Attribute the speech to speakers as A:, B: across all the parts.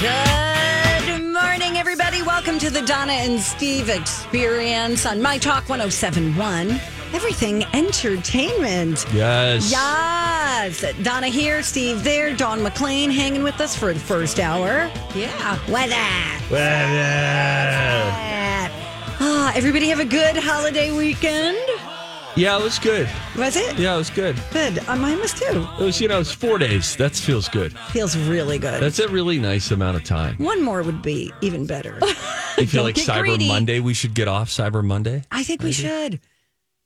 A: Good morning, everybody. Welcome to the Donna and Steve Experience on My Talk 1071. Everything entertainment.
B: Yes.
A: Yes. Donna here, Steve there, Don McLean hanging with us for the first hour. Yeah. What that?
B: Yeah,
A: Ah, everybody have a good holiday weekend.
B: it was good.
A: Was it?
B: Yeah, it was good.
A: Good. Uh, mine was too.
B: It was, you know, it's four days. That feels good.
A: Feels really good.
B: That's a really nice amount of time.
A: One more would be even better.
B: You feel like
A: get
B: Cyber
A: greedy.
B: Monday, we should get off Cyber Monday.
A: I think we should.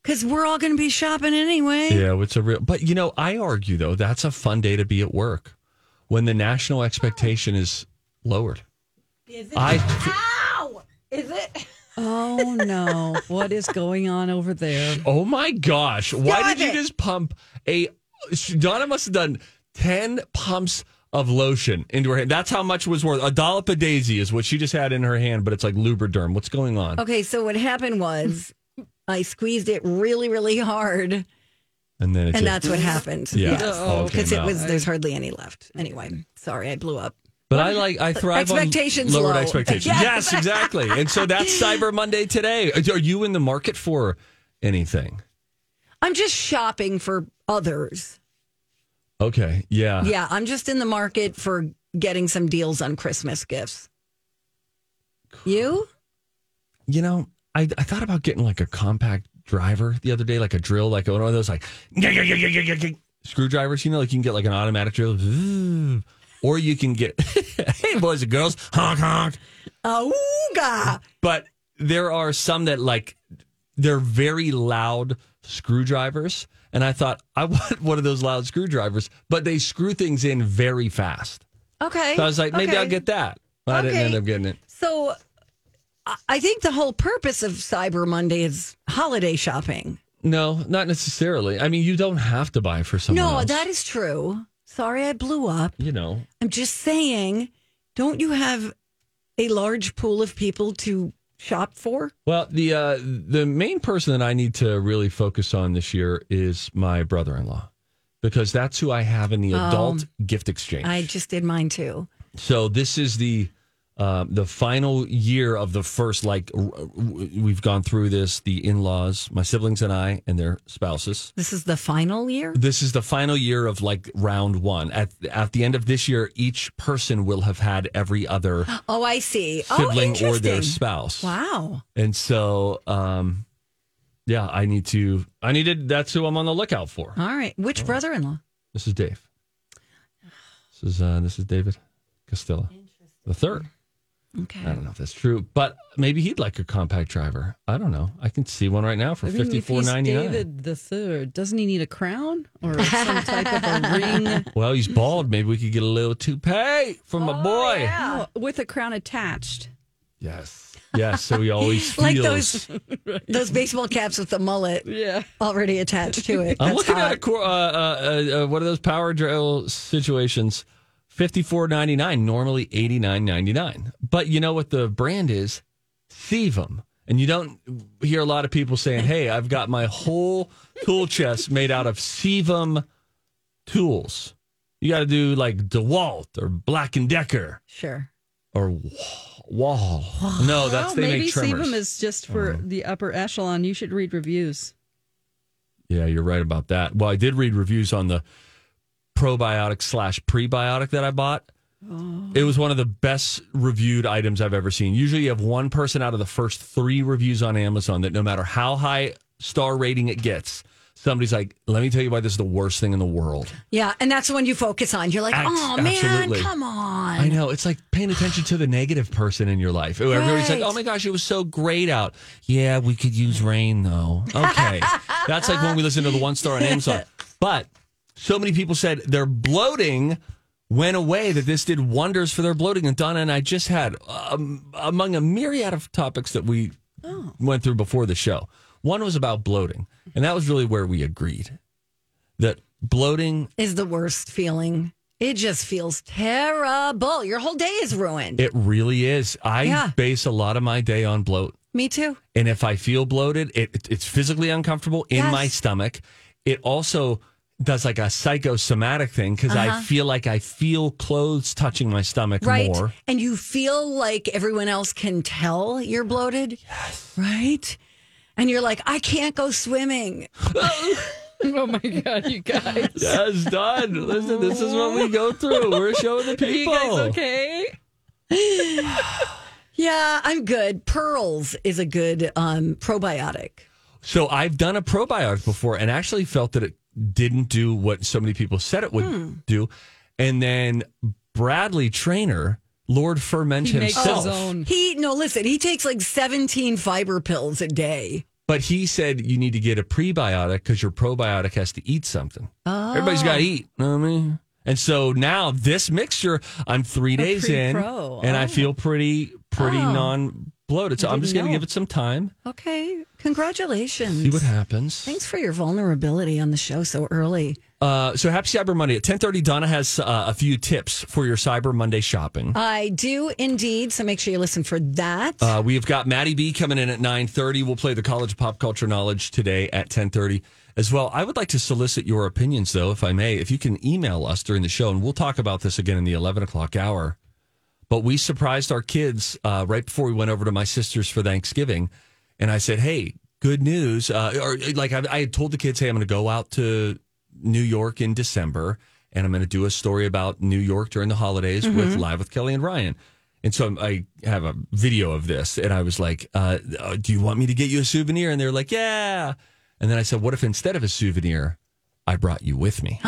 A: Because we're all going to be shopping anyway.
B: Yeah, it's a real. But you know, I argue though that's a fun day to be at work when the national expectation is lowered. Is it? I
C: Oh no! What is going on over there?
B: oh my gosh! Why
A: Stop
B: did you
A: it.
B: just pump a? Donna must have done ten pumps of lotion into her hand. That's how much was worth. A dollop of Daisy is what she just had in her hand, but it's like Lubriderm. What's going on?
A: Okay, so what happened was I squeezed it really, really hard, and
B: And then it just,
A: that's what happened.
B: Yeah,
A: Yes.
B: all came
A: because it
B: out.
A: was there's hardly any left.
C: Mm-hmm.
A: Anyway, sorry, I blew up.
B: But I like I thrive
A: Expectations
B: on lowered
A: low.
B: expectations.
A: Yes.
B: yes. exactly. And so that's Cyber Monday today. Are you in the market for anything?
A: I'm just shopping for others.
B: Okay. Yeah.
A: Yeah, I'm just in the market for getting some deals on Christmas gifts. You?
B: You know, I, I thought about getting like a compact driver the other day, like a drill, like one of those like yeah, yeah, yeah, yeah, yeah, yeah, yeah, screwdrivers. You know, like you can get like an automatic drill, Zzz. or you can get hey boys and girls, honk honk.
A: Auga!
B: but there are some that like they're very loud screwdrivers and i thought i want one of those loud screwdrivers but they screw things in very fast
A: Okay.
B: so i was like maybe i'll
A: okay.
B: get that but i didn't
A: Okay.
B: end up getting it
A: So I- I think the whole purpose of Cyber Monday is holiday shopping.
B: no not necessarily i mean you don't have to buy for someone
A: No,
B: else.
A: that is true. Sorry, I blew up.
B: you know
A: I'm just saying, don't you have a large pool of people to shop for?
B: well the uh the main person that i need to really focus on this year is my brother-in-law because that's who i have in the adult gift exchange
A: Um, I just did mine too.
B: So this is the uh, the final year of the first. Like r- w- we've gone through this. The in laws, my siblings and I, and their spouses.
A: This is the final year.
B: This is the final year of like round one. At at the end of this year, each person will have had every other
A: Oh, I see. Oh,
B: sibling or
A: interesting.
B: their spouse.
A: Wow.
B: And so, um, yeah, I need to. I needed. That's who I'm on the lookout for.
A: All right.
B: Oh.
A: Which brother-in-law?
B: This is Dave. This is uh, this is David Castilla, the third. I
A: Okay.
B: don't know if that's true, but maybe he'd like a compact driver. I don't know. I can see one right now for
C: I mean,
B: fifty
C: if
B: four
C: he's
B: ninety nine.
C: David the third, doesn't he need a crown or some type of a ring
B: Well, he's bald. Maybe we could get a little toupee for my boy.
C: Oh, with a crown attached?
B: Yes, yes. So he always feels.
A: Like those- Those baseball caps with the mullet
C: Yeah.
A: already attached to it.
B: I'm
A: That's
B: looking
A: hot.
B: at a, cor- uh, uh, uh, uh, one of those power drill situations. Fifty four ninety nine. Normally eighty nine ninety nine. But you know what the brand is? Thevum. And you don't hear a lot of people saying, "Hey, I've got my whole tool chest made out of Thevum." tools. You got to do like DeWalt or Black and Decker
A: Sure.
B: or Wa- Wall. No, that's
C: well,
B: they
C: maybe
B: make trimmers. Oh.
C: Sebum is just for the upper echelon. You should read reviews.
B: yeah, you're right about that. Well, I did read reviews on the probiotic slash prebiotic that I bought, It was one of the best reviewed items I've ever seen. Usually you have one person out of the first three reviews on Amazon that no matter how high star rating it gets, somebody's like, let me tell you why this is the worst thing in the world.
A: Yeah, and that's the one you focus on. You're like,
B: Ax-
A: oh man,
B: absolutely.
A: come on.
B: I know. It's like paying attention to the negative person in your life. Ooh, Everybody's like,
A: Right.
B: oh my gosh, it was so great out. Yeah, we could use rain though. Okay. That's like when we listen to the one star on Amazon. But so many people said their bloating went away that this did wonders for their bloating. And Donna and I just had um, among a myriad of topics that we went through before the show. One was about bloating, and that was really where we agreed that bloating
A: Is the worst feeling. It just feels terrible. Your whole day is ruined.
B: it really is. I
A: Yeah.
B: base a lot of my day on bloat.
A: Me too.
B: and if I feel bloated, it, it- it's physically uncomfortable in
A: Yes.
B: my stomach. It also does like a psychosomatic thing because
C: Uh-huh.
B: I feel like I feel clothes touching my stomach
A: Right.
B: more.
A: And you feel like everyone else can tell you're bloated. Yes. Right? And you're like, I can't go swimming.
C: Oh my god, you guys.
B: Yes, done. Listen, this is what we go through. We're showing the
C: Are you
B: people.
C: guys okay?
A: Yeah, I'm good. Pearls is a good um, probiotic.
B: So I've done a probiotic before and actually felt that it didn't do what so many people said it would
C: Hmm.
B: do. And then Bradley Trainer, Lord Ferment
C: He makes
B: himself.
C: his own.
A: He, no, listen, he takes like 17 fiber pills a day.
B: But he said you need to get a prebiotic because your probiotic has to eat something. Everybody's
A: Ah,
B: got to eat. know what I mean? And so now this mixture, I'm three days in,
C: pre-pro.
B: and I feel pretty, pretty non bloated. So I'm just going to give it some time,
A: Okay. Congratulations.
B: see what happens.
A: Thanks for your vulnerability on the show so early.
B: Uh, so happy Cyber Monday at 10:30. Donna has uh, a few tips for your Cyber Monday shopping.
A: I do indeed. So make sure you listen for that.
B: Uh, we've got Maddie B coming in at 9:30. We'll play the College of Pop Culture Knowledge today at 10:30 as well. I would like to solicit your opinions, though, if I may. If you can email us during the show, and we'll talk about this again in the 11 o'clock hour. But we surprised our kids uh, right before we went over to my sister's for Thanksgiving, and I said, "Hey, good news!" Uh, or like I, I had told the kids, "Hey, I'm going to go out to New York in December, and I'm going to do a story about New York during the holidays with Live with Kelly and Ryan." And so I have a video of this, and I was like, uh, uh, "Do you want me to get you a souvenir?" And they're like, "Yeah." And then I said, "What if instead of a souvenir, I brought you with me?"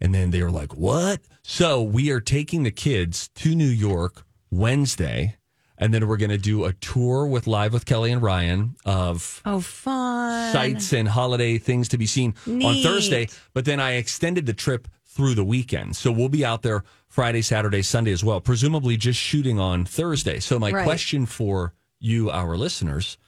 B: And then they were like, What? So we are taking the kids to New York Wednesday. And then we're going to do a tour with Live with Kelly and Ryan of
A: oh, fun.
B: sights and holiday things to be seen on
A: Neat.
B: Thursday. But then I extended the trip through the weekend. So we'll be out there Friday, Saturday, Sunday as well, presumably just shooting on Thursday. So, my
A: Right.
B: question for you, our listeners,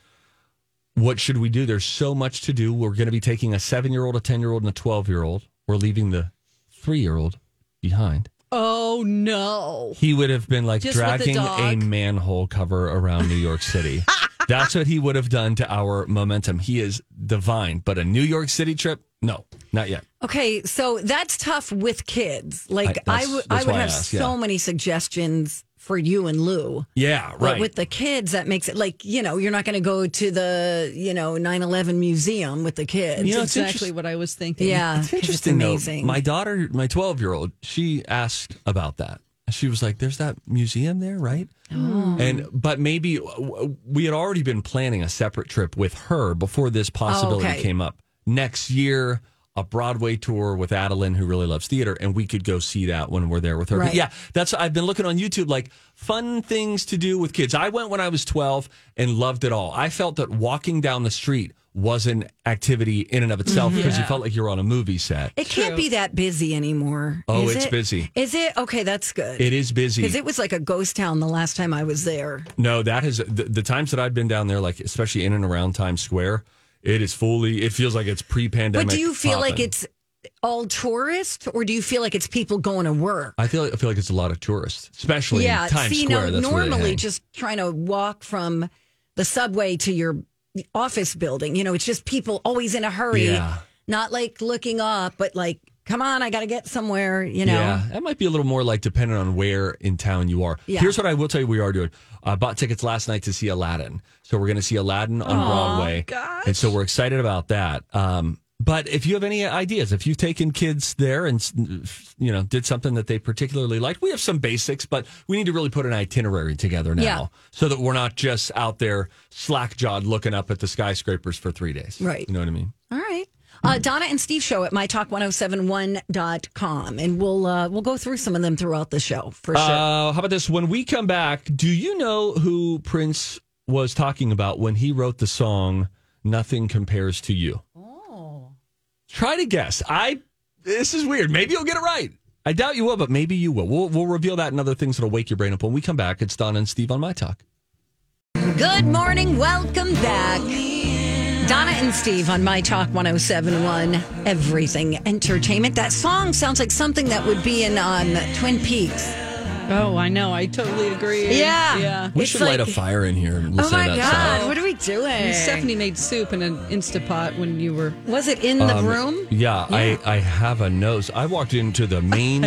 B: what should we do? There's so much to do. We're going to be taking a seven year old, a 10 year old, and a 12 year old. We're leaving the three year old behind.
C: Oh no.
B: He would have been like
C: Just with the
B: dragging a
C: dog.
B: manhole cover around New York City. That's what he would have done to our momentum. He is divine, but a New York City trip? No, not yet.
A: Okay, so that's tough with kids. Like
B: I-
A: I,
B: that's-
A: would,
B: that's
A: I would
B: why I
A: have
B: asked,
A: so
B: yeah.
A: many suggestions for you and Lou.
B: Yeah,
A: But with the kids, that makes it like, you know, you're not going to go to the, you know, 9-11 museum with the kids.
B: You know, it's
C: exactly
B: interest-
C: what I was thinking.
A: yeah. 'cause
B: it's interesting though.
A: amazing.
B: My daughter, my 12 year old, she asked about that. She was like, there's that museum there, right?
C: Oh.
B: And, but maybe w- we had already been planning a separate trip with her before this possibility
C: Oh,
A: okay.
B: came up. Next year, a Broadway tour with Adeline, who really loves theater, and we could go see that when we're there with her. But
A: Right.
B: yeah, that's, I've been looking on YouTube, like fun things to do with kids. I went when I was 12 and loved it all. I felt that walking down the street was an activity in and of itself
A: Mm-hmm.
B: because you felt like you were on a movie set.
A: It can't be that busy anymore.
B: Oh,
A: is
B: it's
A: it?
B: busy.
A: Is it? Okay, that's good.
B: It is busy.
A: Because it was like a ghost town the last time I was there.
B: no, that has the, the times that I've been down there, like especially in and around Times Square, it is fully. It feels like it's pre-pandemic.
A: But do you feel like
B: poppin'.
A: it's all tourists or do you feel like it's people going to work?
B: I feel. I feel like it's a lot of tourists, especially
A: yeah,
B: in Times
A: see, now
B: Square. that's where they
A: normally
B: hang.
A: just trying to walk from the subway to your office building, you know, it's just people always in a hurry,
B: Yeah.
A: not like looking up, but like, come on, I got to get somewhere, you know.
B: Yeah, that might be a little more like dependent on where in town you are.
A: Yeah.
B: Here's what I will tell you we are doing. I bought tickets last night to see Aladdin. So we're going to see Aladdin on Broadway. And so we're excited about that. Um, But if you have any ideas, if you've taken kids there and you know did something that they particularly liked, we have some basics, but we need to really put an itinerary together now,
A: Yeah.
B: so that we're not just out there slack jawed looking up at the skyscrapers for three days.
A: Right.
B: You know what I mean?
A: All right. Uh, Donna and Steve show at mytalk1071.com and we'll uh, we'll go through some of them throughout the show for sure.
B: Uh, how about this? When we come back, do you know who Prince was talking about when he wrote the song "Nothing Compares to You"?
C: Oh.
B: Try to guess. I this is weird. Maybe you'll get it right. I doubt you will, but maybe you will. We'll, we'll reveal that and other things that'll wake your brain up when we come back. It's Donna and Steve on my talk.
A: Good morning. Welcome back. Donna and Steve on My Talk 1071, Everything Entertainment. That song sounds like something that would be in um, Twin Peaks.
C: Oh, I know. I totally agree.
A: Yeah.
C: Yeah.
B: We
A: It's
B: should
A: like-
B: light a fire in here and
A: Oh
B: listen
A: my
B: to
A: God.
B: that song.
A: What are we doing?
C: Stephanie made soup in an Instapot when you were.
A: Was it in the
B: Um,
A: room?
B: Yeah, I, I have a nose. I walked into the main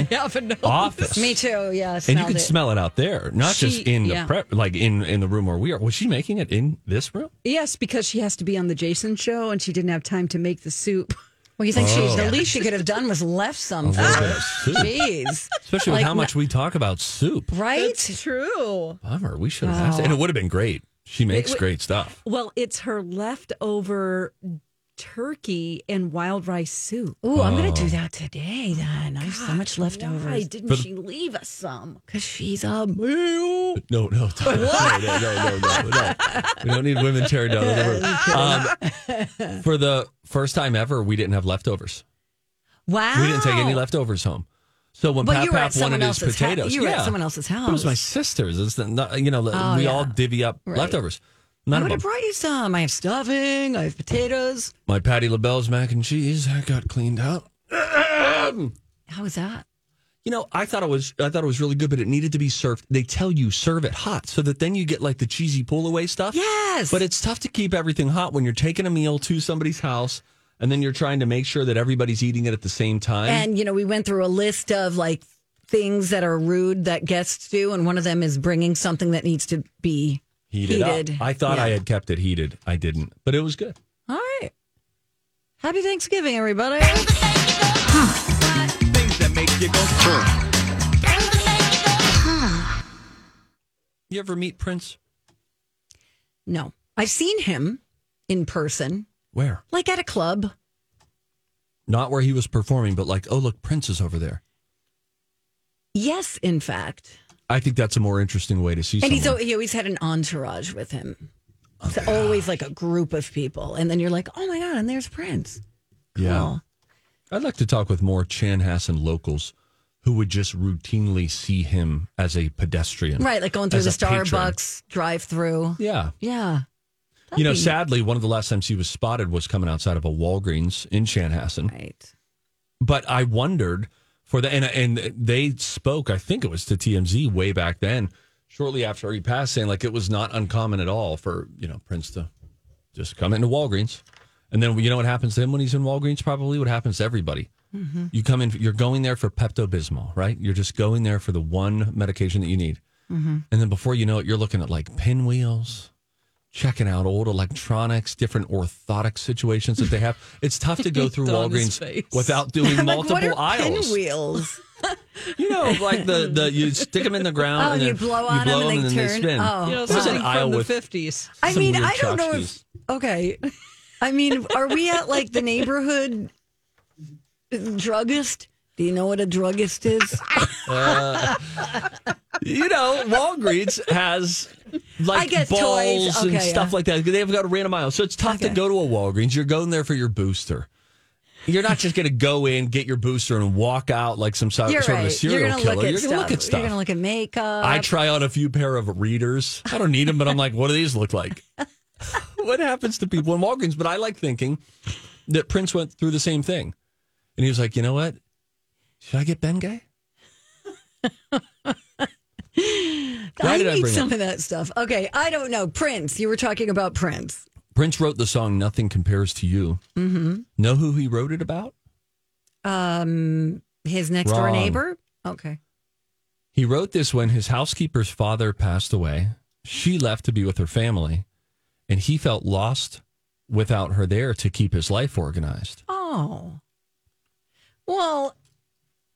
B: office.
A: Me too. Yeah.
B: And
A: Smelled
B: you could
A: it.
B: smell it out there, not
C: She-
B: just in the
C: yeah.
B: prep, like in, in the room where we are. Was she making it in this room?
C: Yes, because she has to be on the Jason show and she didn't have time to make the soup.
A: well, you think she,
B: Oh.
A: the least she could have done was left
B: A
A: some.
B: little bit of soup.
A: Jeez.
B: Especially with
A: Like,
B: how much we talk about soup.
A: Right?
C: true.
B: Bummer. We should have asked. And it would have been great. She makes great stuff.
C: Well, it's her leftover turkey and wild rice soup.
A: Ooh, I'm going to
B: Oh.
A: do that today then. I have so much left over.
C: didn't
B: For the-
C: she leave us some?
A: Because she's a mule.
B: No, no, no, no, no, no, no, no. We don't need women tearing down the room. Um, for the first time ever, we didn't have leftovers.
A: Wow.
B: We didn't take any leftovers home. So when
A: But
B: Pap
A: you were at
B: Pap
A: someone
B: wanted his
A: else's hou-
B: potatoes,
A: you were at someone else's
B: It was my
A: house.
B: sister's. It's the, not, you know,
A: Oh,
B: we
A: yeah.
B: all divvy up
A: Right.
B: leftovers.
A: I
B: None
A: would
B: of them.
A: have brought you some. I have stuffing. I have potatoes.
B: my Patty LaBelle's mac and cheese that got cleaned out. Um,
A: How was that?
B: You know, I thought it was I thought it was really good, but it needed to be served. They tell you serve it hot so that then you get like the cheesy pull away stuff.
A: Yes.
B: But it's tough to keep everything hot when you're taking a meal to somebody's house and then you're trying to make sure that everybody's eating it at the same time.
A: and you know, we went through a list of like things that are rude that guests do, and one of them is bringing something that needs to be
B: heated, up.
A: heated.
B: I thought I
A: Yeah.
B: had kept it heated. I didn't, but it was good.
A: All right. Happy Thanksgiving, everybody.
B: Things that make you go. You ever meet Prince?
A: No, I've seen him in person,
B: Where?
A: like at a club.
B: Not where he was performing, but like, oh look, Prince is over there.
A: Yes, in fact.
B: I think that's a more interesting way to see.
A: And he's,
B: someone.
A: al- he always had an entourage with him. It's always like a group of people. And then you're like, oh my God, and there's Prince. Cool.
B: I'd like to talk with more Chanhassen locals who would just routinely see him as a pedestrian.
A: Right, like going through
B: as
A: the
B: a patron.
A: Starbucks drive through.
B: Yeah.
A: Yeah.
B: you know,
A: be-
B: sadly, one of the last times he was spotted was coming outside of a Walgreens in Chanhassen.
A: Right.
B: But I wondered for the, and, and they spoke, I think it was to TMZ way back then, shortly after he passed, saying like it was not uncommon at all for, you know, Prince to just come into Walgreens. And then you know what happens to him when he's in Walgreens? Probably what happens to everybody.
A: Mm-hmm.
B: You come in, you're going there for Pepto Bismol, right? You're just going there for the one medication that you need.
A: Mm-hmm.
B: And then before you know it, you're looking at like pinwheels, checking out old electronics, different orthotic situations that they have. It's tough to go through Walgreens
C: Donna's face.
B: without doing multiple
A: what are
B: aisles.
A: pinwheels?
B: You know, like the, the you stick them in the ground
A: Oh,
B: and
A: you
B: then
A: blow on 'em and
B: and
A: they
B: then they
A: turn-
B: spin.
A: oh.
C: You know,
B: What was
C: something
B: an aisle
C: from the
B: with
C: 50s.
A: I
B: Some
A: mean,
B: weird
A: I don't know
B: tchotchkes.
A: if. Okay. I mean, are we at like the neighborhood druggist? Do you know what a druggist is?
B: you know, Walgreens has
A: I
B: like
A: get toys.
B: balls and
A: Okay,
B: stuff
A: yeah.
B: like that. They've got a random aisle. So it's tough to
A: Okay.
B: go to a Walgreens. You're going there for your booster. You're not just going to go in, get your booster, and walk out like some sort,
A: You're
B: sort
A: right.
B: of a serial
A: You're gonna
B: killer.
A: look at
B: you're
A: stuff.
B: going to look at
A: You're
B: stuff.
A: gonna look at makeup.
B: I try on a few pair of readers. I don't need them, but I'm like, what do these look like? what happens to people in Walgreens? But I like thinking that Prince went through the same thing. And he was like, you know what? Should I get Bengay? Why
A: I
B: did I
A: need
B: bring
A: some
B: up-
A: of that stuff. Okay, I don't know. Prince, you were talking about Prince.
B: Prince wrote the song Nothing Compares to You. Mm-hmm. Know who he wrote it about?
A: Um, his next door
B: Wrong.
A: neighbor. Okay.
B: He wrote this when his housekeeper's father passed away. She left to be with her family, and he felt lost without her there to keep his life organized.
A: Oh. Oh. Well,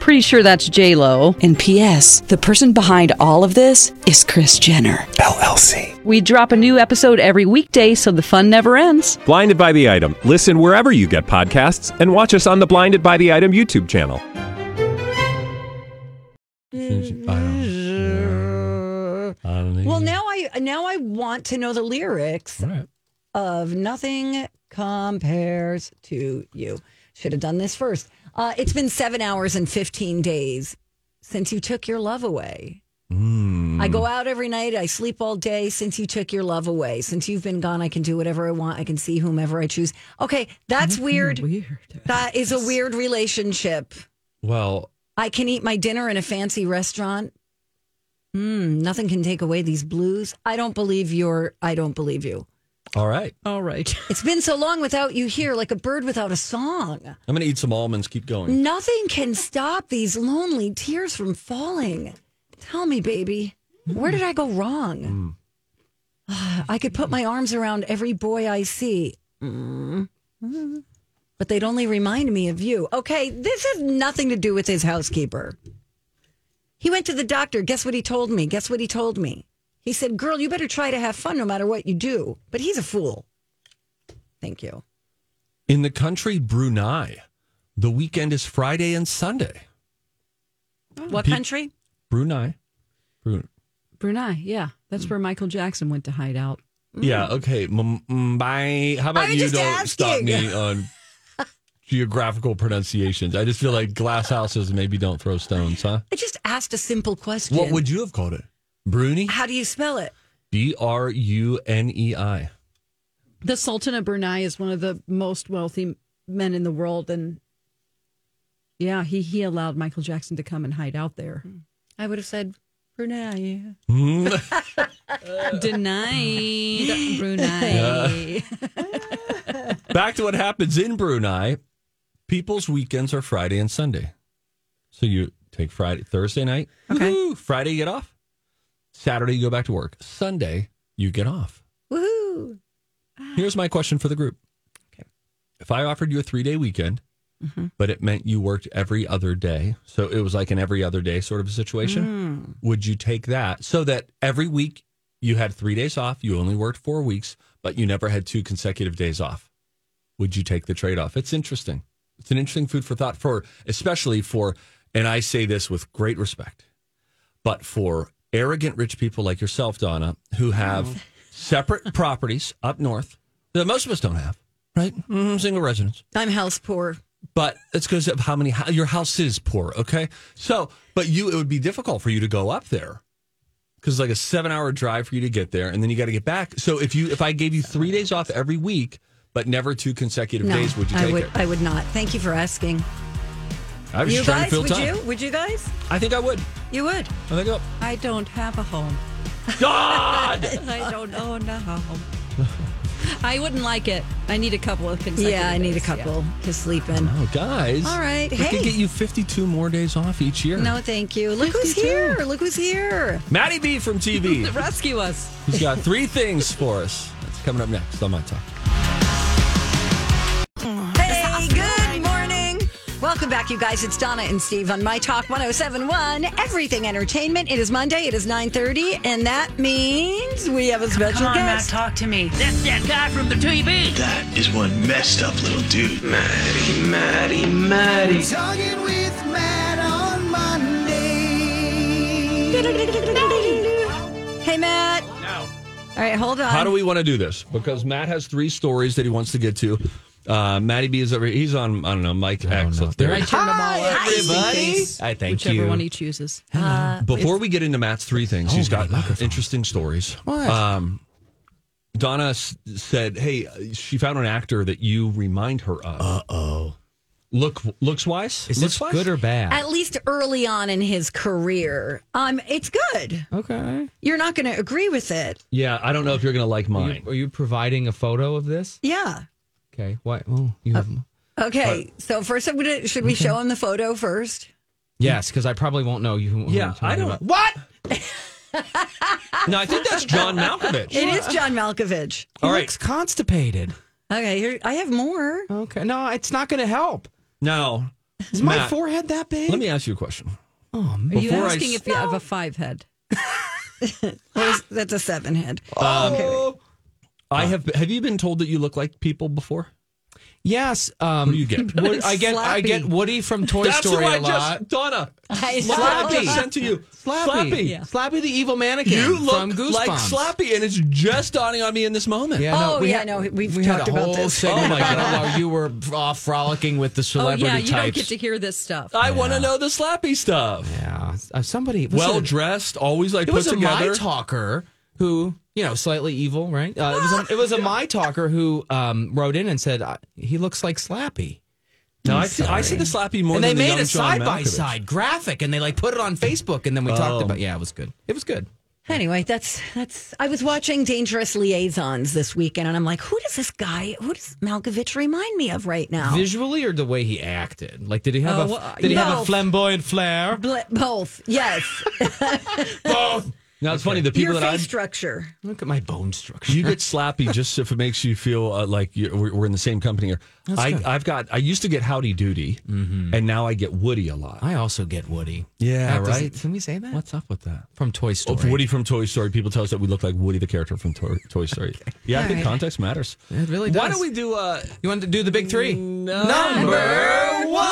D: Pretty sure that's J Lo.
E: And P.S. The person behind all of this is Chris Jenner.
F: LLC.
D: We drop a new episode every weekday, so the fun never ends.
F: Blinded by the item. Listen wherever you get podcasts, and watch us on the Blinded by the Item YouTube channel.
B: I don't know.
A: Well, now I now I want to know the lyrics
B: All right.
A: of Nothing Compares to You. Should have done this first. Uh, it's been seven hours and 15 days since you took your love away. I go out every night. I sleep all day since you took your love away. Since you've been gone, I can do whatever I want. I can see whomever I choose. Okay, that's weird.
C: Weird.
A: That is a weird relationship.
B: Well,
A: I can eat my dinner in a fancy restaurant. Mm, nothing can take away these blues. I don't believe you're. I don't believe you.
B: all right.
C: All right.
A: It's been so long without you here, like a bird without a song.
B: I'm going to eat some almonds. Keep going.
A: Nothing can stop these lonely tears from falling. Tell me, baby, where did I go wrong? Ah, I could put my arms around every boy I see. Mm. But they'd only remind me of you. Okay, this has nothing to do with his housekeeper. He went to the doctor. Guess what he told me? Guess what he told me? He said, Girl, you better try to have fun no matter what you do. But he's a fool. Thank you.
B: In the country Brunei, the weekend is Friday and Sunday.
A: What
B: Pe-
A: country?
B: Brunei. Brunei.
C: Brunei. Yeah. That's where Michael Jackson went to hide out.
B: Yeah. Okay. M- m- Bye.
A: Mm.
B: How
A: I
B: about
A: was
B: you
A: just
B: don't stop
A: asking.
B: me on geographical pronunciations? I just feel like glass houses maybe don't throw stones, huh?
A: I just asked a simple question.
B: What would you have called it? Bruni?
A: How do you spell it?
B: B R U N E I.
C: The Sultan of Brunei is one of the most wealthy men in the world. And yeah, he, he allowed Michael Jackson to come and hide out there.
A: I would have said Brunei.
C: Denied Brunei.
B: Back to what happens in Brunei. People's weekends are Friday and Sunday. So you take Friday, Thursday night.
C: Okay.
B: Woohoo! Friday, you get off. Saturday, you go back to work. Sunday, you get off.
A: Woohoo!
B: Here's my question for the group. If I offered you a three day weekend, but it meant you worked every other day, so it was like an every other day sort of a situation, would you take that so that every week you had three days off, you only worked four weeks, but you never had two consecutive days off? Would you take the trade off? It's interesting. It's an interesting food for thought for, especially for, and I say this with great respect, but for arrogant rich people like yourself, Donna, who have separate properties up north that most of us don't have, right? Mm, single residence.
A: I'm house poor.
B: But it's because of how many how, your house is poor, okay? So, but you, it would be difficult for you to go up there because like a seven hour drive for you to get there and then you got to get back. So if you, if I gave you three days off every week, but never two consecutive
A: No,
B: days, would you
A: I
B: take
A: would.
B: it?
A: I would not. Thank you for asking.
B: I was
A: you
B: just trying
A: guys,
B: to fill
A: would
B: time.
A: you? Would you guys?
B: I think I would.
A: You would.
B: I think I would.
C: I don't have a home.
B: God!
C: I don't own a home. I wouldn't like it. I need a couple of consecutive
A: Yeah, I need a
C: days, yeah.
A: couple to sleep in.
B: Oh, guys.
A: All right.
B: We
A: Hey.
B: could get you 52 more days off each year.
A: No, thank you. Look who's
C: 52.
A: here. Look who's here.
B: Maddie B from TV.
C: Rescue us.
B: He's got three things for us. That's coming up next on My Talk.
A: Hey, good morning. Welcome back, you guys. It's Donna and Steve on My Talk 1071, Everything Entertainment. It is Monday. It is 9.30, and that means we have a special guest.
G: talk to me.
H: That is one messed up little dude. Maddie, Maddie, Maddie. Talking with Matt on Monday.
A: Hey, Matt. No. All right, hold on.
B: How
C: Um,
B: do we want to do this? Because Matt has three stories that he wants to get to. Uh, Matty B is over. He's on. I don't know. Mike X up there.
C: I turn them all up.
B: everybody. I thank
C: Whichever
B: you.
C: one he chooses. uh,
B: Before we get into Matt's three things,
G: Oh
B: he's got interesting stories. What? Um, Donna s- said, "Hey, she found an actor that you remind her of." Uh oh. Look, looks wise.
G: Is this
B: Looks-wise?
G: good or bad?
A: At least early on in his career, um, it's good.
G: okay.
A: You're not going to agree with it.
B: Yeah, I don't know if you're going to like
G: Are
B: mine.
G: you, are you providing a photo of this?
A: Yeah.
G: Okay. Why? Oh, you have.
A: Okay. so first, I'm gonna, should we show him the photo first?
G: yes, because I probably won't know you. who
B: yeah,
G: I'm talking
B: I don't.
G: about.
B: What? no, I think that's John Malkovich.
A: It is John Malkovich.
G: He
B: All right.
G: looks constipated.
A: Okay. Here, I have more.
G: Okay. No, it's not going to help.
B: Now,
G: Is my
B: Matt,
G: forehead that big?
B: Let me ask you a question.
G: Oh,
C: Are you
B: Before I
C: asking
B: s-
C: if you have a five head?
A: What is- That's a seven head.
G: Oh,
B: I have. Have you been told that you look like people before?
G: Yes. Um,
B: Who do you get?
G: Wood- I get. I get
A: Slappy.
G: Woody from Toy Story
B: who
G: a lot.
B: just Donna.
A: I
B: Look what I
G: Slappy.
B: just sent to you.
G: Slappy.
B: Slappy.
G: Yeah. Slappy the evil mannequin
B: You
G: from
B: look
G: Goosebumps.
B: like Slappy, and it's just dawning on me in this moment.
G: Yeah,
A: Oh, yeah, no, we've
G: we had
A: talked
G: a
A: about
G: whole
A: this.
G: segment
B: Oh, my God.
G: about how you were off frolicking with the
C: Oh,
G: celebrity
C: yeah. You don't
G: types.
C: get to hear this stuff.
B: I want to know the Slappy stuff.
G: yeah, uh, somebody was
B: Well
G: it-
B: dressed, always like
G: It
B: put
G: was a
B: together.
G: my talker who you know slightly evil, right? Uh, it was a, it was a my talker who um, wrote in and said uh, he looks like Slappy.
B: no, I see, I see the Slappy more
G: and
B: than
G: they
B: the
G: made
B: young
G: a
B: John
G: side by
B: Malkovich.
G: side graphic and they like put it on Facebook and then we
B: Oh.
G: talked about yeah it was good it was good
A: Anyway, that's that's. I was watching Dangerous Liaisons this weekend, and I'm like, who does this guy? Who does Malkovich remind me of right now?
G: visually or the way he acted like did he have
B: Uh,
C: Oh,
G: a
C: well,
G: did he have
A: no.
G: a flamboyant flair
A: Bl- both, yes.
G: both
B: Now it's funny the people
A: Your
B: that
A: face
B: I
A: structure.
G: look at my bone structure
B: you get Slappy just if it makes you feel uh, like you we're, we're in the same company. Here, I, I've got I used to get Howdy Doody,
G: Mm-hmm.
B: and now I get Woody a lot.
G: I also get Woody
B: Yeah,
G: That doesn't-
B: right.
G: can we say that
B: What's up with that?
G: from Toy
B: Oh,
G: Story
B: Woody from Toy Story. People tell us that we look like Woody, the character from Toy, Toy Story. Yeah, I think context matters.
G: it really
B: Why
G: does.
B: don't we do uh,
G: you want to do the big three
B: number
G: one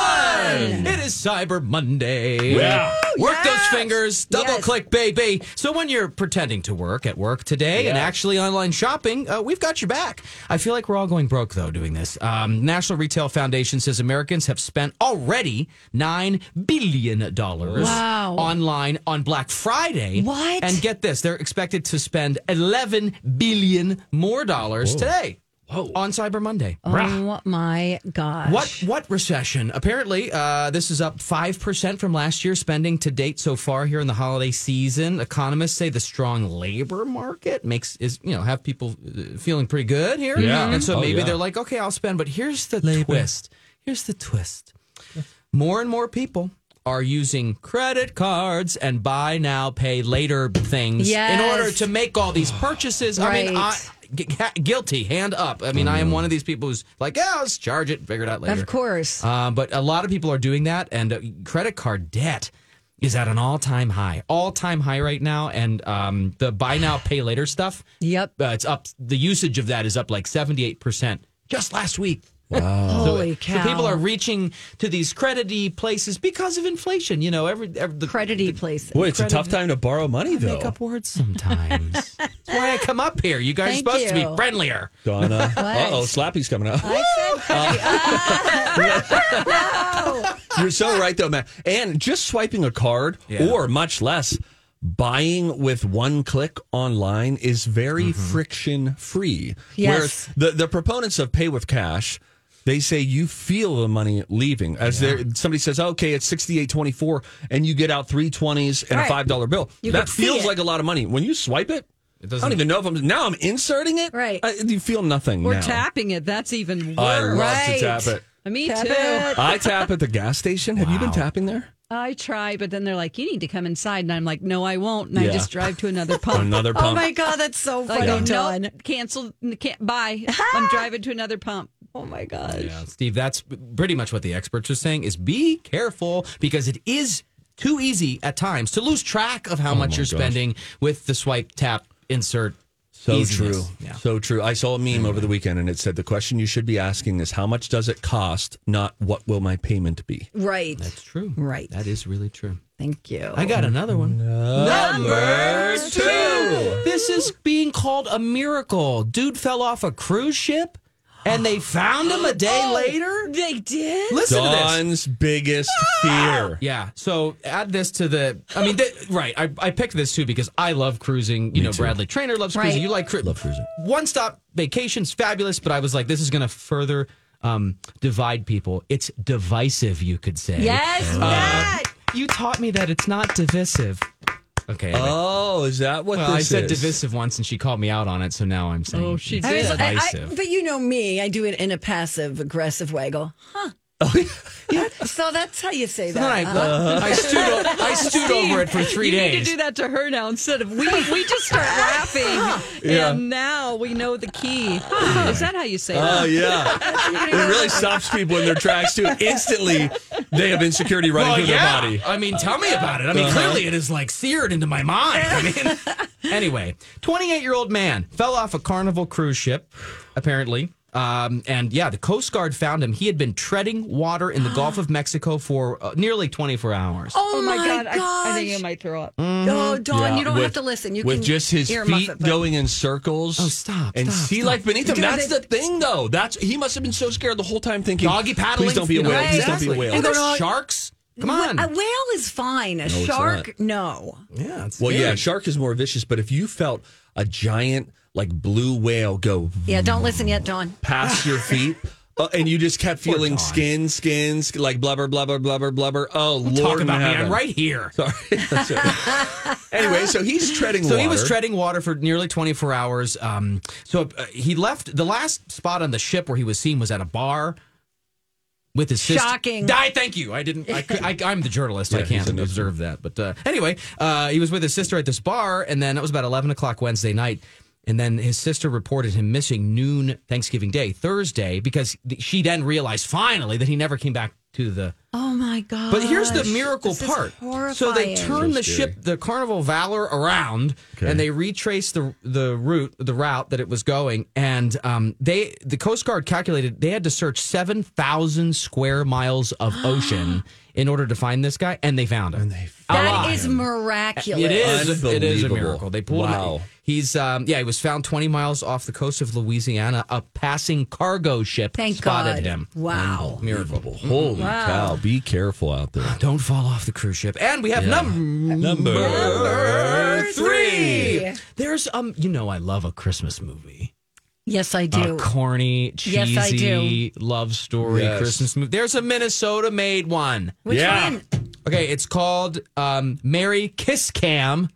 G: it is Cyber Monday yeah work
A: yes.
G: those fingers double
A: Yes.
G: click baby so when you're pretending to work at work today and actually online shopping uh, we've got your back I feel like we're all going broke though doing this um, National Retail Foundation says Americans have spent already nine billion dollars
C: Wow.
G: online on Black Friday
A: What?
G: and get this they're expected to spend 11 billion more dollars today on Cyber Monday
A: Oh my gosh!
G: what what recession? Apparently, uh, this is up five percent from last year's spending to date so far here in the holiday season. Economists say the strong labor market makes is you know have people uh, feeling pretty good here,
B: Yeah.
G: and so
B: Oh,
G: maybe
B: yeah.
G: they're like, okay, I'll spend. But here's the twist. Here's the twist. More and more people are using credit cards and buy now, pay later things in
A: Yes.
G: order to make all these purchases. I mean, I,
A: Right.
G: gu- gu- guilty, hand up. I mean, I am one of these people who's like, yeah, let's charge it, figure it out later.
A: Of course.
G: Um, but a lot of people are doing that, and uh, credit card debt is at an all-time high, all-time high right now. And um, the buy now, pay later stuff.
A: Yep.
G: uh, it's up. The usage of that is up like seventy-eight percent just last week. Wow.
A: Holy cow!
G: Oh. So people are reaching to these credity places because of inflation. You know, every, every the
A: credity places.
B: Boy, it's a tough time to borrow money,
G: make
B: though.
G: up words sometimes. That's why I come up here. You guys
A: Thank
G: are supposed to
A: you.
G: be friendlier.
B: Donna. Uh oh, Slappy's coming up.
A: I said,
G: Uh.
B: You're so right, though, Matt. And just swiping a card
G: Yeah.
B: or much less buying with one click online is very friction free.
A: Yes.
B: Whereas the, the proponents of pay with cash, they say you feel the money leaving. As there somebody says, okay, it's sixty eight twenty four, and you get out three twenties and a
A: Right.
B: five dollar bill.
A: You
B: that
A: can see
B: feels
A: it.
B: like a lot of money. When you swipe it,
G: It
B: I
G: doesn't-
B: don't even know if I'm now I'm inserting it.
A: Right.
B: I, you feel nothing.
C: We're
B: now.
C: tapping it. That's even worse.
B: I love to
A: Right.
B: tap it.
C: Me
A: Tap
C: too.
A: it.
B: I tap at the gas station. Have you been tapping there?
C: I try, but then they're like, "You need to come inside," and I'm like, "No, I won't." And
B: Yeah.
C: I just drive to another pump.
B: Another
A: "Oh
B: pump.
A: my god, that's so
C: like,
A: funny, Don."
C: nope, cancel, can't, bye. I'm driving to another pump.
A: Oh my gosh!
G: Yeah, Steve, that's pretty much what the experts are saying is be careful because it is too easy at times to lose track
B: Oh
G: of how much you're spending with the swipe, tap, insert.
B: So
G: easiness.
B: true.
G: Yeah.
B: So true. I saw a meme over the weekend and it said the question you should be asking is how much does it cost, not what will my payment be?
A: Right.
G: That's true.
A: Right.
G: That is really true.
A: Thank you.
G: I
B: Oh.
G: got another one. Number two. This is being called a miracle. Dude fell off a cruise ship and they found him a day
B: Oh.
G: later.
C: They did.
G: Listen to this.
B: Don's biggest fear.
G: Yeah. So add this to the. I mean, th- right. I, I picked this too because I love cruising. You know, Bradley Trainer loves
A: Right.
G: cruising. You like cru- love cruising. One stop vacations, fabulous. But I was like, this is going to further. um, divide people. It's divisive, you could say.
H: Yes,
G: Uh, you taught me that it's not divisive. Okay.
B: Oh, is that what
G: well, I
B: this
G: said
B: is?
G: divisive once, and she called me out on it, so now I'm saying.
C: Oh, she
G: it's
A: I was- I- I-
G: divisive.
A: but you know me, I do it in a passive aggressive way. I go, huh? so that's how you say
G: So
A: that.
G: then I-
A: huh?
G: I stood o- I stood over it for three
D: Uh-huh. you need
G: days.
D: to do that to her now instead of we. We just start laughing,
B: Yeah.
D: and now we know the key. Is that how you
G: Uh,
D: say?
B: Oh
D: that?
B: yeah, it really stops people in their tracks too. Instantly, they have insecurity running
G: Well,
B: through
G: yeah.
B: their body.
G: I mean, tell me about it. I mean,
B: Uh-huh.
G: clearly it is like seared into my mind. I mean, anyway, 28 year old man fell off a carnival cruise ship, apparently. Um, and yeah, the Coast Guard found him. He had been treading water in the Gulf of Mexico for uh, nearly 24 hours.
A: Oh, my God.
D: I, I think you might throw up.
A: Oh, Dawn,
B: Yeah,
A: you don't
B: with-
A: have to listen. You
B: with
A: can
B: just his
A: earmuff
B: feet
A: it, but-
B: going in circles.
G: Oh, stop,
B: And
G: stop,
B: sea
G: stop.
B: life beneath him.
A: Dude,
B: That's
A: they-
B: the thing, though. That's he must have been so scared the whole time, thinking,
G: Doggy paddling.
B: Please don't be a
G: you know,
B: whale. Please
G: exactly.
B: don't be a whale."
G: And
A: Well,
G: there's
A: no,
G: sharks. Come
A: Wh-
G: on.
A: A whale is fine. A
B: No, it's
A: shark, no.
G: yeah. it's
B: Well, yeah,
G: scary.
B: shark is more vicious, but if you felt a giant like blue whale go
A: Yeah, don't listen yet, Dawn.
B: past your feet. uh, and you just kept feeling skin, skin, skin, like blubber, blubber, blubber, blubber. Oh, Lord,
G: Talk about
B: in
G: me.
B: heaven.
G: I'm right here.
B: Sorry. That's right. anyway, so he's treading
G: So
B: water.
G: he was treading water for nearly 24 hours. Um, so uh, he left the last spot on the ship where he was seen was at a bar with his sister.
A: Shocking.
G: I thank you. I didn't. I, cou- I, am the journalist. I
B: Yeah, he's
G: can't
B: a nerd.
G: observe that. But uh, anyway, uh, he was with his sister at this bar, and then it was about 11 o'clock Wednesday night. And then his sister reported him missing noon Thanksgiving Day, Thursday, because th- she then realized finally that he never came back to the
A: Oh my god!
G: but here's the miracle
A: This is
G: part. So
A: horrifying.
G: they turn the
B: scary.
G: ship, the Carnival Valor, around, and they retrace the the route, the route that it was going. And um, they, the Coast Guard calculated they had to search seven thousand square miles of ocean in order to find this guy, and they found him. And they
A: That is miraculous.
G: it is. It is a
B: Unbelievable.
G: miracle. They pulled him.
B: Wow.
G: out. He's um, yeah. He was found 20 miles off the coast of Louisiana. A passing cargo ship
A: Thank
G: spotted
A: God.
G: him.
A: Wow.
G: Miracle.
B: Holy cow! Be careful out there.
G: Don't fall off the cruise ship. And we have number
B: Number
G: three. There's um, you know, I love a Christmas movie.
A: Yes, I
G: A
A: do.
G: corny, cheesy
A: Yes, I
G: love story
B: Yes.
G: Christmas movie. There's a Minnesota made one.
A: Which
B: Yeah.
A: one?
G: Okay, it's called um, Mary Kiss Cam.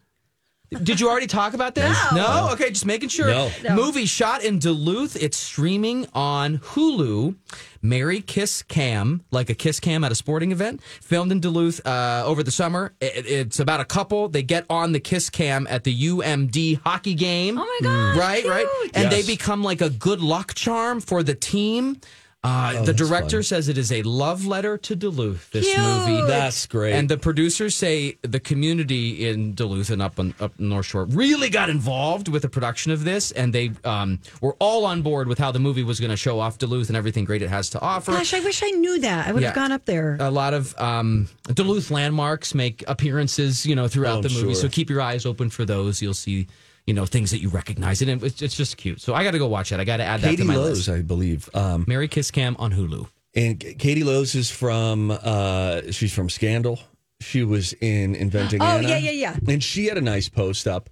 G: Did you already talk about this? No. Okay, just making sure.
B: No.
G: Movie shot in Duluth. It's streaming on Hulu. Mary Kiss Cam, like a kiss cam at a sporting event, filmed in Duluth uh, over the summer. It, it's about a couple. They get on the kiss cam at the UMD hockey game.
A: Oh my God,
G: Right, right,
A: cute.
B: Yes.
G: and they become like a good luck charm for the team.
B: Oh,
G: Uh, the director says it is a love letter to Duluth. This movie,
B: That's great.
G: and the producers say the community in Duluth and up on up North Shore really got involved with the production of this, and they um, were all on board with how the movie was going to show off Duluth and everything great it has to offer.
A: Gosh, I wish I knew that. I would
G: Yeah.
A: have gone up there.
G: A lot of um, Duluth landmarks make appearances, you know, throughout
B: Oh,
G: the movie.
B: sure.
G: So keep your eyes open for those. You'll see, you know, things that you recognize, and it's, it's just cute. So I got to go watch that. I got to add that
B: Katie
G: to my
B: Lowe's,
G: list.
B: I believe. Um,
G: Mary Kiss Cam on Hulu.
B: and K- Katie Lowe's is from. Uh, she's from Scandal. She was in Inventing
A: Oh,
B: Anna.
A: yeah, yeah, yeah.
B: And she had a nice post up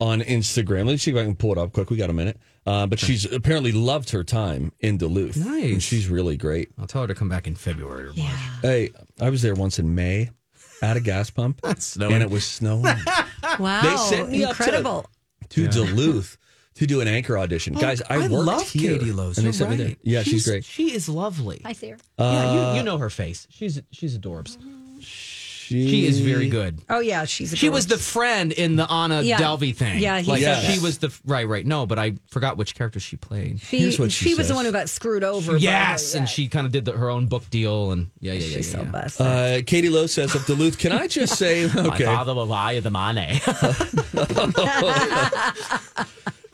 B: on Instagram. Let me see if I can pull it up quick. We got a minute. Uh, but she's apparently loved her time in Duluth.
G: Nice.
B: And she's really great.
G: I'll tell her to come back in February. Or March.
B: Hey, I was there once in May at a gas pump,
G: snowing.
B: and it was snowing.
A: Wow,
B: They sent me up to-
A: incredible.
B: to Duluth to do an anchor audition. Guys, I,
G: Oh, I
B: worked
G: love
B: here,
G: Katie Lowe's.
B: and they
G: You're
B: sent me there.
G: right.
B: Yeah, she's, great. Uh,
G: She is lovely.
A: I see her.
G: yeah, you, you know her face. She's she's adorbs. She, is very good.
A: Oh yeah, she's.
G: She was the
A: adorable.
G: friend in the Anna
A: Yeah.
G: Delvey thing.
A: Yeah, he
G: like
B: said
G: she
B: that.
G: was the right, right. No, but I forgot which character she played.
A: She,
B: Here's what
A: she
B: she
A: was the
B: says.
A: one who got screwed over. by
G: yes,
A: her,
G: and
A: yeah.
G: she kind of did the, her own book deal, and yeah, yeah, yeah,
A: She's
G: yeah.
A: so
G: yeah.
A: busted.
B: Uh, Katie Lowe says of Duluth, can I just say,
G: My
B: okay,
G: father will lie the money.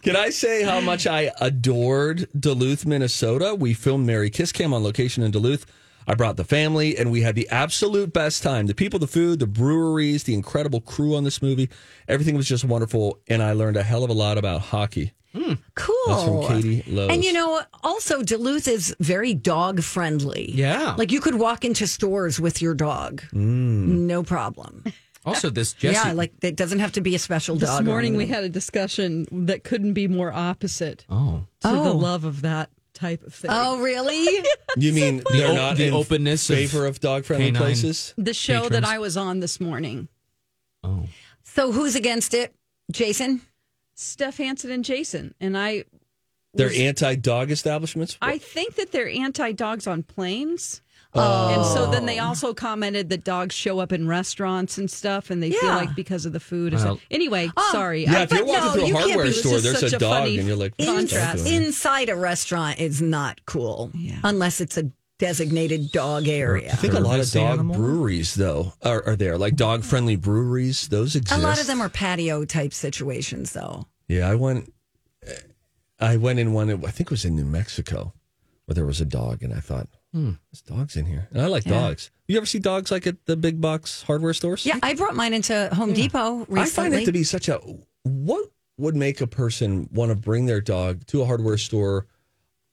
B: can I say how much I adored Duluth, Minnesota? We filmed Mary Kiss Cam on location in Duluth. I brought the family and we had the absolute best time. The people, the food, the breweries, the incredible crew on this movie. Everything was just wonderful. And I learned a hell of a lot about hockey.
A: Cool.
B: That's from Katie Lowe's.
A: And you know, also Duluth is very dog friendly.
G: Yeah.
A: Like you could walk into stores with your dog. No problem.
G: also, this Mm. Jesse.
A: Yeah, like it doesn't have to be a special
C: This
A: dog. or
C: morning we
A: anything.
C: had a discussion that couldn't be more opposite
G: oh,
C: to the
A: Oh.
C: love of that type of thing.
A: Oh, really?
B: You mean
G: The
B: they're
G: o-
B: not
G: the
B: in
G: openness of
B: favor of dog friendly
G: canine-
B: places?
C: the show that
G: Patrons.
C: I was on this morning.
G: oh.
A: so who's against it? Jason?
C: Steph Hansen and Jason and I.
B: They're
C: was-
B: anti dog establishments.
C: I think that they're anti dogs on planes.
B: Oh.
C: And so then they also commented that dogs show up in restaurants and stuff, and they feel
A: Yeah.
C: like because of the food. is
G: Well-
C: anyway, sorry.
B: um, yeah,
C: I-
B: if you're
A: but
B: walking
A: no,
B: through a
A: you can't
B: hardware
A: be-
C: this
B: store,
C: is
B: there's
C: such
B: a
C: a
B: dog,
C: funny
B: and you're like,
C: In-
B: "What's the dog
C: contrast.
B: doing here?"
A: Inside a restaurant is not cool unless it's a designated dog area.
B: I think a lot of
G: Service
B: dog
G: animal?
B: breweries though are, are there, like dog friendly breweries. Those exist.
A: A lot of them are patio type situations, though.
B: Yeah, I went. I went in one. I think it was in New Mexico, where there was a dog, and I thought, "Hmm, there's dogs in here." And I like dogs. You ever see dogs like at the big box hardware stores?
A: Yeah, I brought mine into Home Depot recently.
B: I find it to be such a what would make a person want to bring their dog to a hardware store?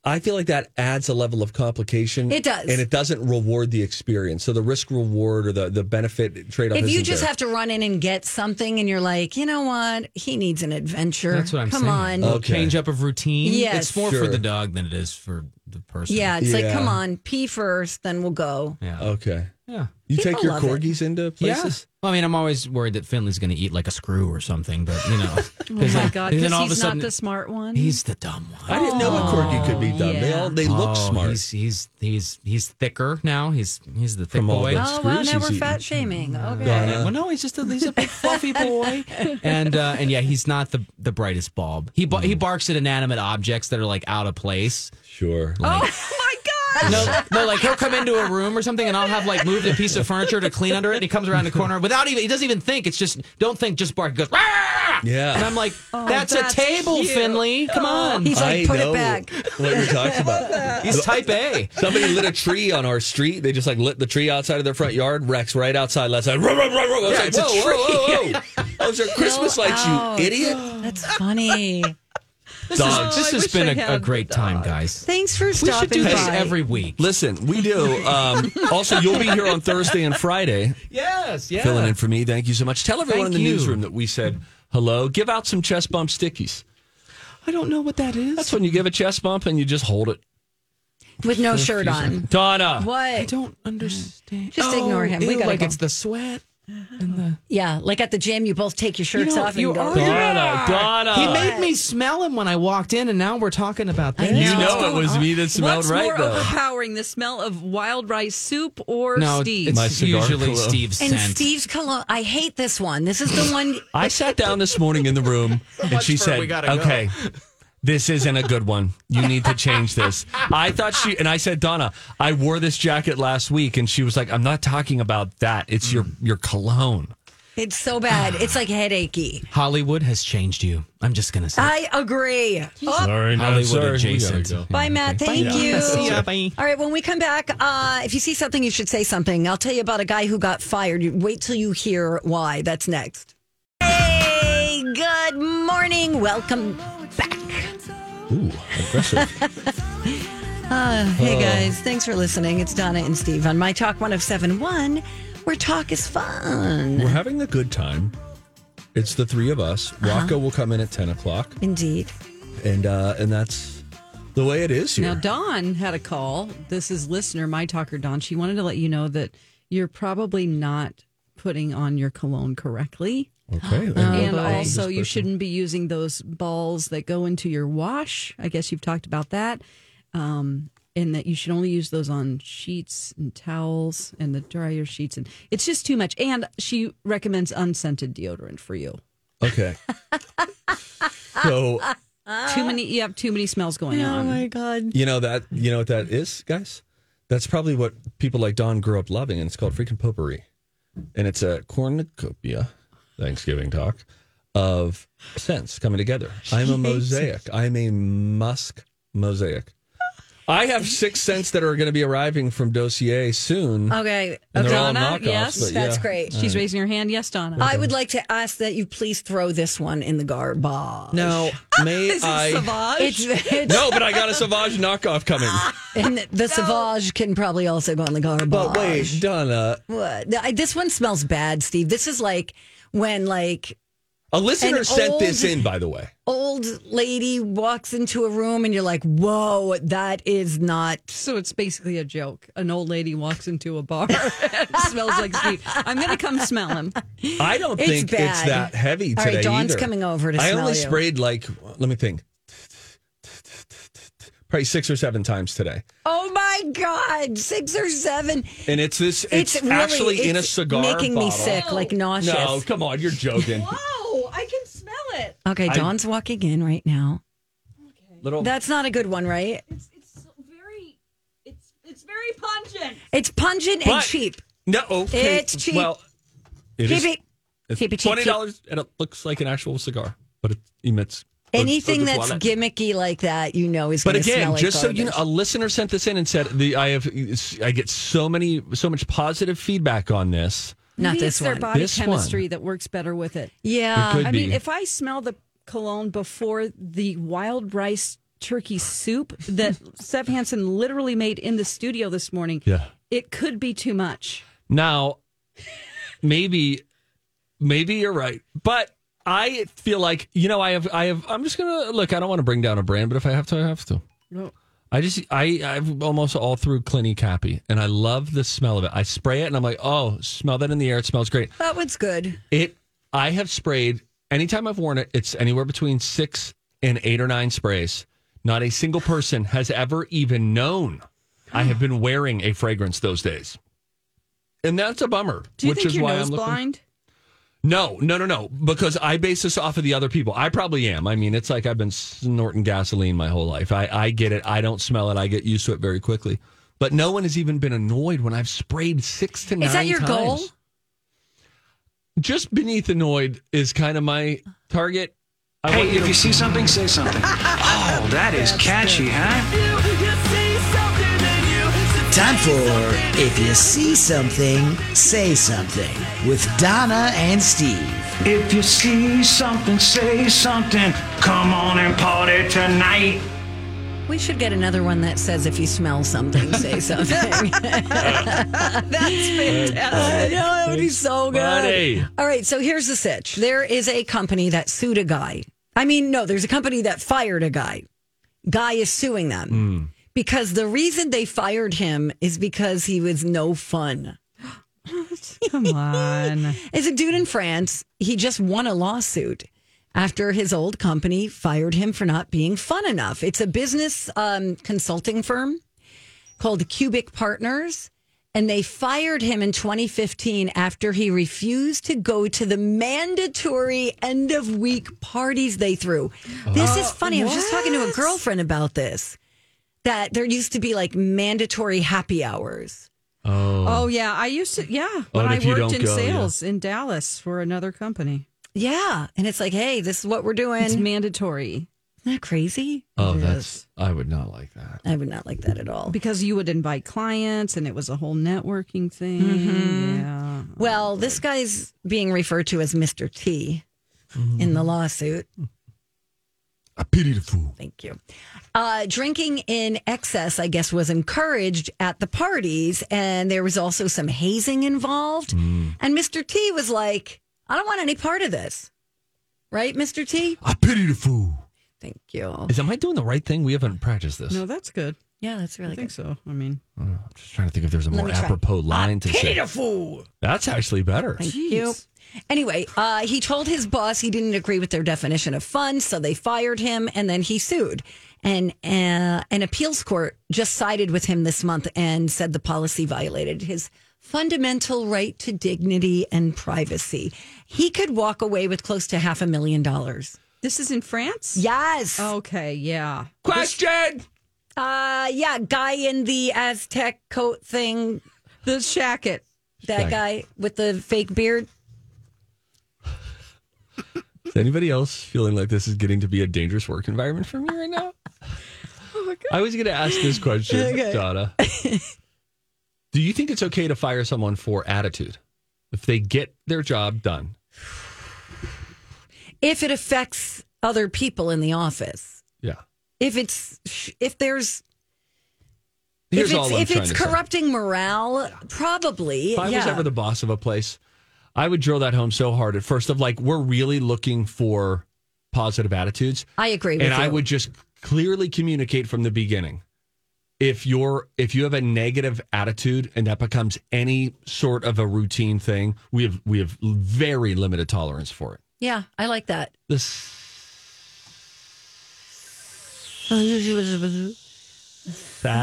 B: I feel like that adds a level of complication.
A: It does.
B: and it doesn't reward the experience. So the risk reward or the the benefit trade off.
A: if you just have to run in and get something and you're like, you know what? He needs an adventure.
G: That's what I'm
A: Come
G: saying.
A: on.
B: Oh,
G: Little
B: Okay.
G: Change up of routine.
A: Yes.
G: It's more
B: Sure.
G: for the dog than it is for the person.
A: yeah, it's like,
B: Yeah.
A: come on, pee first, then we'll go.
G: Yeah.
B: okay,
G: yeah.
B: you
A: People
B: take your
A: love it.
B: corgis into places.
G: Well, I mean, I'm always worried that Finley's going to eat like a screw or something, but you know.
C: oh my god!
G: And then
C: Because
G: all of a
C: he's
G: sudden-
C: not the hmm? smart one.
G: He's the dumb one.
B: I didn't know a corgi could be dumb. They all they look
G: Oh,
B: smart.
G: He's, he's he's he's thicker now. He's he's the thick
B: From all
G: boy.
B: the-
A: Oh, wow,
B: Screws
A: now
B: he's
A: we're
B: eating.
A: fat shaming. Okay.
C: Oh.
G: Yeah, well, no, he's just a, he's a big fluffy boy, and uh, and yeah, he's not the the brightest bulb. He
B: Hmm.
G: ba- he barks at inanimate objects that are like out of place.
B: Sure.
G: Like,
A: my God.
G: No, no, like he'll come into a room or something, and I'll have like moved a piece of furniture to clean under it, and he comes around the corner without even he doesn't even think. It's just don't think, just bark. He goes, "Rah!"
B: Yeah.
G: and I'm like, Oh, that's, Oh.
C: that's
G: a table,
C: cute.
G: Finley. Come on,
A: He's like,
B: I
A: put
B: know
A: it back.
B: What you're talking about.
G: he's type A.
B: Somebody lit a tree on our street. They just like lit the tree outside of their front yard. Rex right outside last side. Ruh, ruh, ruh, ruh. I was
G: Yeah,
B: like,
G: it's a
B: whoa, whoa, whoa, whoa. Those are Christmas
A: Chill
B: lights,
A: out.
B: you idiot.
A: That's funny.
G: Dogs. This has
C: wish
G: been
C: I
G: a, a
C: had
G: great
C: the
G: time,
C: dog.
G: guys.
A: Thanks for
G: We should
A: stopping
G: do this
A: by.
G: every week.
B: Listen, we do. Um, also, you'll be here on Thursday and Friday
G: Yes, yeah.
B: filling in for me. Thank you so much. Tell everyone
G: Thank
B: in the
G: you.
B: newsroom that we said hello. Give out some chest bump stickies.
G: I don't know what that is.
B: That's when you give a chest bump and you just hold it.
A: with no shirt on.
B: Donna.
G: I
A: What?
G: don't understand.
A: Just ignore him. We
G: Oh, ew,
A: gotta
G: like
A: go.
G: it's the sweat.
A: Yeah, like at the gym, you both take your
G: You
A: shirts
G: know,
A: off and
G: you
A: go.
G: are-
B: Donna, Donna.
G: He made me smell him when I walked in, and now we're talking about that.
B: You know it was me that smelled
C: What's
B: right
C: more
B: though.
C: overpowering, the smell of wild rice soup or
G: No,
C: Steve?
B: My
G: it's
B: cigar
G: usually
B: pillow.
G: Steve's
A: And
G: scent.
A: Steve's cologne. I hate this one. This is the one.
B: I sat down this morning in the room and she
G: for
B: said,
G: we gotta go.
B: "Okay, this isn't a good one. You need to change this." I thought she and I said, "Donna, I wore this jacket last week," and she was like, "I'm not talking about that. It's your your cologne."
A: It's so bad. It's like headachy.
G: Hollywood has changed you. I'm just gonna say.
A: I agree. Oh,
B: Sorry,
G: Hollywood adjacent.
A: bye, Matt. Thank you.
G: See ya. Bye.
A: All right, when we come back, uh, if you see something, you should say something. I'll tell you about a guy who got fired. You- Wait till you hear why. That's next. Hey, good morning. Welcome back.
B: Ooh, aggressive.
A: Uh, Hey, guys. Thanks for listening. It's Donna and Steve on My Talk 1071, where talk is fun.
B: We're having a good time. It's the three of us. Rocco will come in at ten o'clock,
A: Indeed.
B: and uh, and that's the way it is
C: Now,
B: here.
C: Dawn had a call. This is listener, my talker, Dawn. She wanted to let you know that you're probably not putting on your cologne correctly.
B: okay,
C: Oh, and also, you shouldn't be using those balls that go into your wash. I guess you've talked about that. Um, and that you should only use those on sheets and towels and the dryer sheets. And it's just too much. And she recommends unscented deodorant for you.
B: Okay. so
I: Uh,
C: too many, you have too many smells going on.
A: God.
B: You know that you know what that is, guys? That's probably what people like Don grew up loving, and it's called freaking potpourri. And it's a cornucopia, Thanksgiving talk, of scents coming together. I'm a mosaic. I'm a musk mosaic. I have six scents that are going to be arriving from Dossier soon.
A: Okay.
B: and they're all
C: Donna,
B: knockoffs,
C: yes,
B: but
A: That's
B: yeah.
A: great.
C: She's raising her hand. Yes, Donna.
A: I would like to ask that you please throw this one in the garbage.
B: Now, may I?
A: It's, it's,
B: No, but I got a Sauvage knockoff coming.
A: and the Sauvage can probably also go in the garbage.
B: But wait, Donna,
A: What? I- This one smells bad, Steve. This is like when like
B: A listener
A: An
B: sent
A: old-
B: this in, by the way.
A: Old lady walks into a room and you're like, whoa, that is not.
C: So it's basically a joke. An old lady walks into a bar and smells like Steve. I'm going to come smell him.
B: I don't
A: It's
B: think it's
A: bad.
B: that heavy
A: All
B: today.
A: right, Dawn's
B: either.
A: coming over to
B: I
A: smell
B: only
A: you.
B: sprayed like let me think, probably six or seven times today,
A: Oh my God, six or seven.
B: and it's this. It's,
A: It's really-
B: actually in a
A: it's
B: cigar.
A: making me
B: bottle.
A: sick, like nauseous.
B: No, come on, you're joking.
I: Oh,
C: Whoa, I can smell it.
A: Okay,
B: I-
A: Dawn's walking in right now.
B: Little.
A: That's not a good one, right?
I: It's, it's so very, it's it's very pungent.
A: It's pungent and
B: But-
A: cheap.
B: no, okay.
A: It's cheap.
B: Well, it
A: Cheap
B: is-
A: it.
B: it's
A: Cheap it, cheap,
B: twenty dollars, and it looks like an actual cigar, but it emits. cloves-
A: Anything that's
B: cloves walnut.
A: gimmicky like that, you know, is
B: But
A: going to
B: again,
A: smell
B: just so
A: like
B: you know, a
A: garbage.
B: listener sent this in and said the I have I get so many so much positive feedback on this.
A: Not
C: Maybe
A: this
C: it's their
A: one.
C: body
B: This one.
C: chemistry that works better with it.
A: Yeah.
B: uh, It could
C: I
B: be.
C: mean, if I smell the cologne before the wild rice turkey soup that Seth Hansen literally made in the studio this morning,
B: Yeah.
C: it could be too much.
B: Now, maybe, maybe you're right, but I feel like you know I have I have I'm just gonna look. I don't want to bring down a brand, but if I have to, I have to.
C: No.
B: I just I I've almost all through Clinique Happy, and I love the smell of it. I spray it, and I'm like, oh, smell that in the air. It smells great.
A: That one's good.
B: It I have sprayed anytime I've worn it. It's anywhere between six and eight or nine sprays. Not a single person has ever even known I have been wearing a fragrance those days. And that's a bummer.
C: Do you
B: which
C: think
B: is
C: you're
B: why
C: nose
B: I'm looking-
C: blind?
B: No, no, no, no. Because I base this off of the other people. I probably am. I mean, it's like I've been snorting gasoline my whole life. I, I get it. I don't smell it. I get used to it very quickly. But no one has even been annoyed when I've sprayed six to nine.
A: Is that your goal?
B: times. Just beneath annoyed is kind of my target. I want
H: Hey,
B: you
H: if
B: to-
H: you see something, say something. Oh, that is catchy, huh?
J: Time for If You See Something, Say Something with Donna and Steve.
H: If you see something, say something. Come on and party tonight.
A: We should get another one that says if you smell something, say something.
C: That's
A: I
C: fantastic.
A: know that would be
B: It's
A: so good.
B: funny.
A: All right, so here's the sitch. There is a company that sued a guy. I mean, no, there's a company that fired a guy. Guy is suing them
B: Hmm.
A: because the reason they fired him is because he was no fun.
C: Come on.
A: As a dude in France, he just won a lawsuit after his old company fired him for not being fun enough. It's a business um, consulting firm called Cubic Partners, and they fired him in 2015 after he refused to go to the mandatory end of week parties they threw. This is funny. I was just talking to a girlfriend about this. That there used to be like mandatory happy hours.
C: Oh yeah, I used to. Yeah,
B: Oh,
C: when
B: and
C: I
B: if you
C: worked
B: don't
C: in
B: go, yeah.
C: sales in Dallas for another company,
A: Yeah. And it's like, hey, this is what we're doing.
C: it's
A: Isn't
C: mandatory
A: that crazy?
B: Oh,
C: Yes.
B: that's I would not like that.
A: I would not like that at all.
C: because you would invite clients, and it was a whole networking thing.
B: Mm-hmm.
C: Yeah.
A: Well, this guy's being referred to as Mr. T in the lawsuit.
B: I pity the fool.
A: Thank you. Uh, drinking in excess, I guess, was encouraged at the parties, and there was also some hazing involved. And Mr. T was like, I don't want any part of this. Right, Mr. T?
B: I pity the fool.
A: Thank you.
B: Is am I doing the right thing? We haven't practiced this.
C: No, that's good.
A: Yeah, that's really
C: I think
A: good.
C: so. I mean,
B: I'm just trying to think if there's a more
A: me try.
B: apropos line to say.
H: fool.
B: That's actually better.
A: Thank you. Anyway, uh, he told his boss he didn't agree with their definition of fun, so they fired him, and then he sued. And uh, an appeals court just sided with him this month and said the policy violated his fundamental right to dignity and privacy. He could walk away with close to half a million dollars.
C: this is in France.
A: Yes.
C: Okay. Yeah.
B: Question.
A: Uh, yeah, guy in the Aztec coat thing,
C: The shacket.
A: that guy with the fake beard.
B: Is anybody else feeling like this is getting to be a dangerous work environment for me right now?
A: Oh
B: I was going to ask this question, Donna. Do you think it's okay to fire someone for attitude if they get their job done?
A: If it affects other people in the office.
B: Yeah.
A: if it's if there's
B: Here's
A: if
B: all
A: it's
B: I'm
A: if
B: trying
A: it's
B: to say.
A: corrupting morale, probably.
B: If I
A: yeah.
B: was ever the boss of a place, I would drill that home so hard at first of like we're really looking for positive attitudes.
A: I agree with
B: and I
A: you.
B: would just clearly communicate from the beginning. If you're if you have a negative attitude and that becomes any sort of a routine thing, we have we have very limited tolerance for it.
A: Yeah, I like that.
B: The s-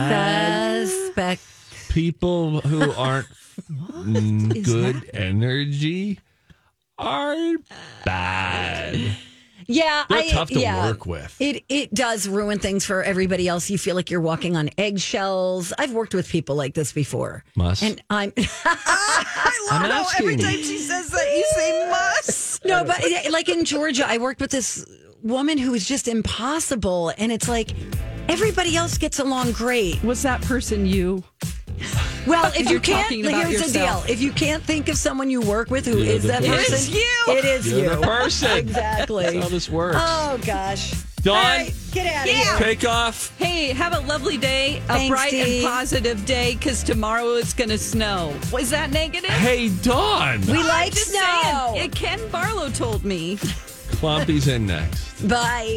A: Suspect.
B: people who aren't mm,
A: is
B: good energy are bad.
A: Yeah,
B: They're
A: I,
B: tough to
A: yeah.
B: work with.
A: It it does ruin things for everybody else. You feel like you're walking on eggshells. I've worked with people like this before.
B: Must.
A: And I'm
H: I'm
A: how every
H: asking.
A: time
H: she says that, you say must.
A: No, but eh, like in Georgia, I worked with this woman who was just impossible, and it's like everybody else gets along great.
C: Was that person you?
A: Well, if you
C: You're
A: can't,
C: talking about
A: here's
C: yourself.
A: the deal: if you can't think of someone you work with who
B: You're
A: is
B: the
A: that
B: person.
A: person,
B: It's
H: you.
A: It is
B: You're
A: you.
B: the person.
A: exactly.
B: That's how this works.
A: Oh gosh,
B: Dawn,
A: All right, get out of here.
B: Take off.
D: Hey, have a lovely day, a
A: Thanks,
D: bright
A: Dee.
D: and positive day, because tomorrow it's going to snow. Was that negative?
B: Hey, Dawn.
A: We like
D: Just
A: snow.
D: saying. Ken Barlow told me.
B: Clumpy's in next.
A: Bye.